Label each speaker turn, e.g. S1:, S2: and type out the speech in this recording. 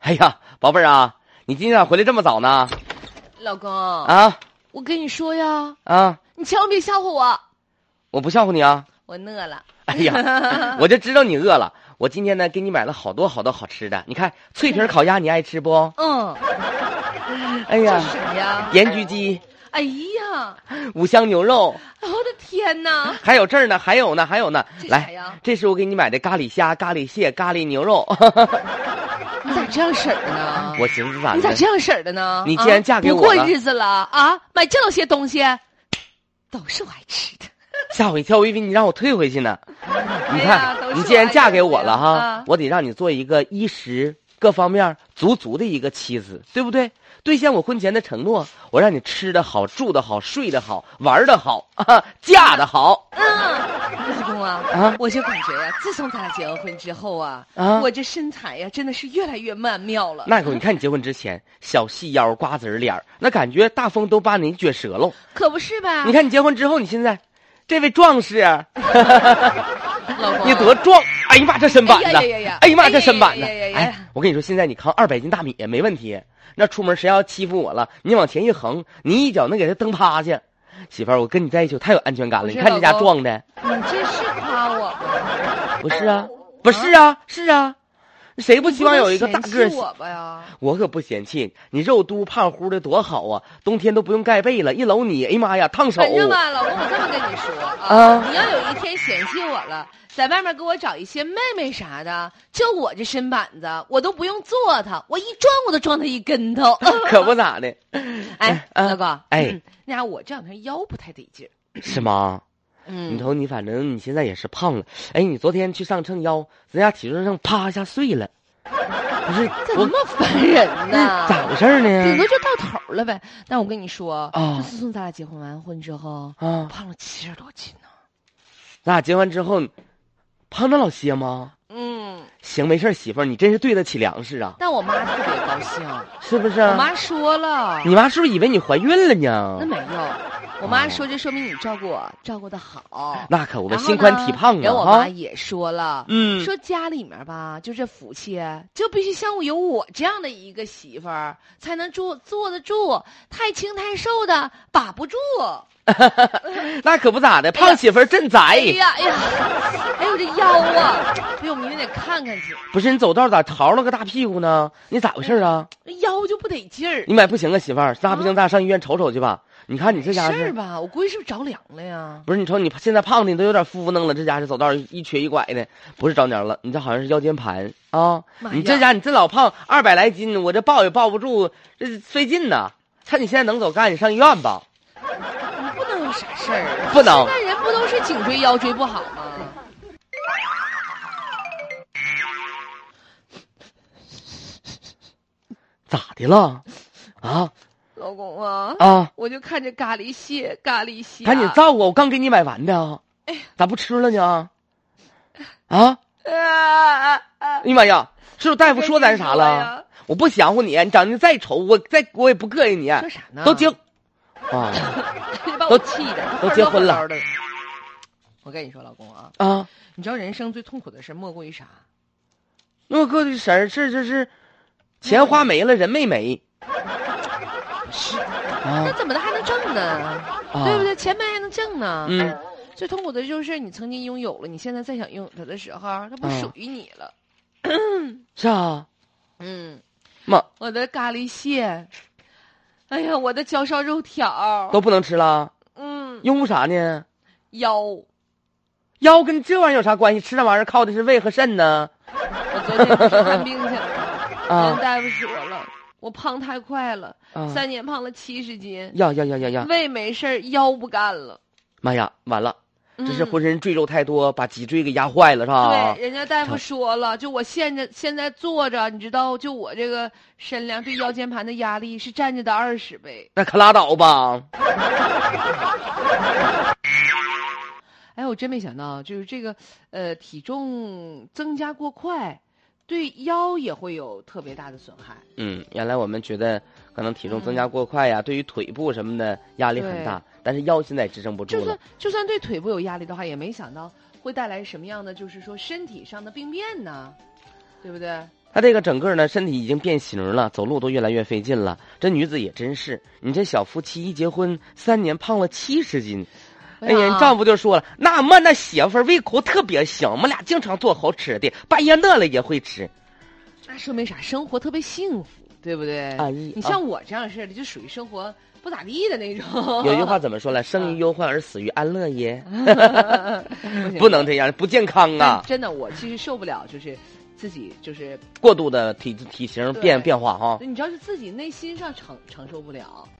S1: 哎呀，宝贝儿啊，你今天咋回来这么早呢？
S2: 老公，
S1: 啊
S2: 我跟你说呀，
S1: 啊，
S2: 你千万别吓唬我，
S1: 我不吓唬你啊！
S2: 我饿了。
S1: 哎呀，我就知道你饿了。我今天呢，给你买了好多好多好吃的。你看，脆皮烤鸭你爱吃不？
S2: 嗯，
S1: 哎
S2: 这
S1: 呀，
S2: 什么呀？
S1: 盐焗鸡、
S2: 哎呀，
S1: 五香牛肉，
S2: 我的天哪！
S1: 还有这儿呢，还有呢，还有呢。
S2: 这啥
S1: 来
S2: 呀，
S1: 这是我给你买的咖喱虾、咖喱蟹、咖喱牛肉。
S2: 你咋这样式儿的呢？
S1: 我寻思咋
S2: 你咋
S1: 的？
S2: 这样式儿的呢？
S1: 你既然嫁给我
S2: 啊不
S1: 了
S2: 过日子了啊，买这些东西都是我爱吃的。
S1: 吓我一跳，我以为你让我退回去呢。 你
S2: 哎呀
S1: 看
S2: 都，是
S1: 你既然
S2: 我爱
S1: 嫁
S2: 人
S1: 给我了
S2: 啊
S1: 哈，我得让你做一个衣食各方面足足的一个妻子，对不对？兑现我婚前的承诺，我让你吃的好、住的好、睡的好、玩的好、 啊、嫁的好。
S2: 嗯，老公啊，
S1: 啊
S2: 我就感觉呀、自从咱俩结完婚之后啊，
S1: 啊
S2: 我这身材呀、真的是越来越曼妙了。
S1: 那可你看你结婚之前，小细腰、瓜子儿脸儿那感觉大风都把你撅折喽。
S2: 可不是呗？
S1: 你看你结婚之后，你现在，这位壮士啊，
S2: 看，老公，
S1: 你多壮！哎呀妈，这身板子
S2: 哎呀呀呀呀！
S1: 哎呀妈，这身板子！
S2: 哎呀呀呀呀呀
S1: 哎，我跟你说，现在你扛二百斤大米也没问题。那出门谁要欺负我了，你往前一横，你一脚能给他蹬趴下。媳妇儿，我跟你在一起我太有安全感了。
S2: 不是
S1: 你看你家
S2: 老公
S1: 壮的，
S2: 你这是夸我吗？
S1: 不是啊，不是啊，是啊，谁不希望有一个大
S2: 你不
S1: 个
S2: 能
S1: 儿
S2: 嫌弃？我吧呀？
S1: 我可不嫌弃你，肉嘟胖乎的多好啊！冬天都不用盖被了，一搂你，哎呀妈呀，烫手。
S2: 反正吧，老公，我这么跟你说啊，
S1: 啊
S2: 你要有一天嫌弃我了，在外面给我找一些妹妹啥的，就我这身板子，我都不用坐它，我一撞我都撞他一跟头。
S1: 可不咋的，
S2: 哎，
S1: 啊
S2: 老公，
S1: 呃哎
S2: 嗯，那啥我这两天腰不太得劲儿，
S1: 是吗？你
S2: 嗯，
S1: 瞅你，反正你现在也是胖了。哎，你昨天去上秤腰，咱家体重秤啪一下碎了，不是
S2: 怎么
S1: 我
S2: 那么烦人呢？
S1: 嗯咋回事儿
S2: 顶多
S1: 呢？
S2: 就到头了呗。但我跟你说，
S1: 啊
S2: 自从咱俩结婚完婚之后，
S1: 啊，
S2: 胖了七十多斤呢。
S1: 咱俩结完之后，胖那老些吗？
S2: 嗯，
S1: 行，没事儿，媳妇儿，你真是对得起粮食啊，
S2: 但我妈特别高兴，
S1: 是不是
S2: 我
S1: 啊？
S2: 妈说了，
S1: 你妈是不是以为你怀孕了呢
S2: 那？没有，我妈说这说明你照顾我照顾的好。
S1: 那可不呗，
S2: 然后
S1: 心宽
S2: 呢
S1: 体胖啊
S2: 然后我妈
S1: 哈。
S2: 也说了，
S1: 嗯
S2: 说家里面吧，就这福气，就必须像我有我这样的一个媳妇儿，才能住坐得住，太轻太瘦的把不住。
S1: 那可不咋的，胖媳妇儿镇
S2: 哎
S1: 宅。
S2: 呀哎呀，哎呦我这腰啊，哎呦我明天得看看去，
S1: 不是你走道咋桃了个大屁股呢？你咋回事儿啊？
S2: 这腰就不得劲儿。
S1: 你买不行啊，媳妇儿，那不行，咱俩上医院瞅瞅去吧。你看你这
S2: 事
S1: 家
S2: 儿
S1: 是。
S2: 吧，我估计是不是着凉了呀？
S1: 不是你瞅你现在胖的你都有点敷弄了，这家是走道儿一瘸一拐的，不是着凉了，你这好像是腰间盘啊！
S2: 妈呀
S1: 你这家你这老胖二百来斤，我这抱也抱不住，这费劲呐。趁你现在能走干，你上医院吧。
S2: 你不能有啥事儿，啊
S1: 不能
S2: 现在人不都是颈椎腰椎不好吗？
S1: 咋的了？啊
S2: 老公啊，
S1: 啊！
S2: 我就看着咖喱蟹，咖喱蟹，
S1: 赶紧照顾我，我刚给你买完的，
S2: 哎
S1: 咋不吃了 呢？啊！
S2: 啊！啊啊
S1: 哎呀妈呀！是不是大夫说咱啥
S2: 赶
S1: 了
S2: 紧说哎呀？
S1: 我不想乎你，你长得再丑，我再我也不膈应你。
S2: 说啥呢？
S1: 都精啊
S2: 这 把我气的，
S1: 都结婚了
S2: 哈喽哈喽的。我跟你说，老公啊，
S1: 啊！
S2: 你知道人生最痛苦的事莫过于啥？
S1: 那我哥的婶儿是是是，钱花没了，人没没
S2: 是，那
S1: 啊
S2: 怎么的还能挣呢？
S1: 啊
S2: 对不对？钱没还能挣呢？
S1: 嗯，
S2: 最痛苦的就是你曾经拥有了，你现在再想拥有它的时候，它不
S1: 嗯
S2: 属于你了。
S1: 是啊，
S2: 嗯，
S1: 妈
S2: 我的咖喱蟹，哎呀，我的焦烧肉条，
S1: 都不能吃了，
S2: 嗯
S1: 用乎啥呢？
S2: 腰。
S1: 腰跟这玩意儿有啥关系？吃那玩意儿靠的是胃和肾呢
S2: 我昨天不是看病去了吗，人
S1: 啊
S2: 大夫说了，我胖太快了，
S1: 啊！
S2: 三年胖了七十斤，
S1: 呀呀呀呀呀！
S2: 胃没事儿，腰不干了。
S1: 妈呀，完了，
S2: 嗯
S1: 这是啊浑身赘肉太多，把脊椎给压坏了是吧
S2: 对，？人家大夫说了，就我现在现在坐着，你知道，就我这个身量对腰间盘的压力是站着的二十倍。
S1: 那可拉倒吧！
S2: 哎，我真没想到，就是这个，呃，体重增加过快，对腰也会有特别大的损害。
S1: 嗯，原来我们觉得可能体重增加过快呀，对于腿部什么的压力很大，但是腰现在也支撑不
S2: 嗯就
S1: 住了
S2: 算。就算对腿部有压力的话，也没想到会带来什么样的，就是说身体上的病变呢，对不对？
S1: 她这个整个呢，身体已经变形了，走路都越来越费劲了。这女子也真是，你这小夫妻一结婚三年，胖了七十斤。哎呀，你丈夫就说了，那么那媳妇儿胃口特别行，我们俩经常做好吃的，半夜饿了也会吃。
S2: 那说明啥？生活特别幸福，对不对？
S1: 阿姨
S2: 你
S1: 啊
S2: 像我这样式的，就属于生活不咋地的那种。
S1: 有句话怎么说来？生于忧患而死于安乐也，
S2: 行
S1: 不能这样，不健康
S2: 但
S1: 啊！
S2: 真的，我其实受不了，就是自己就是，
S1: 过度的体体型变
S2: 对
S1: 变化哈。
S2: 你知道，是自己内心上承承受不了。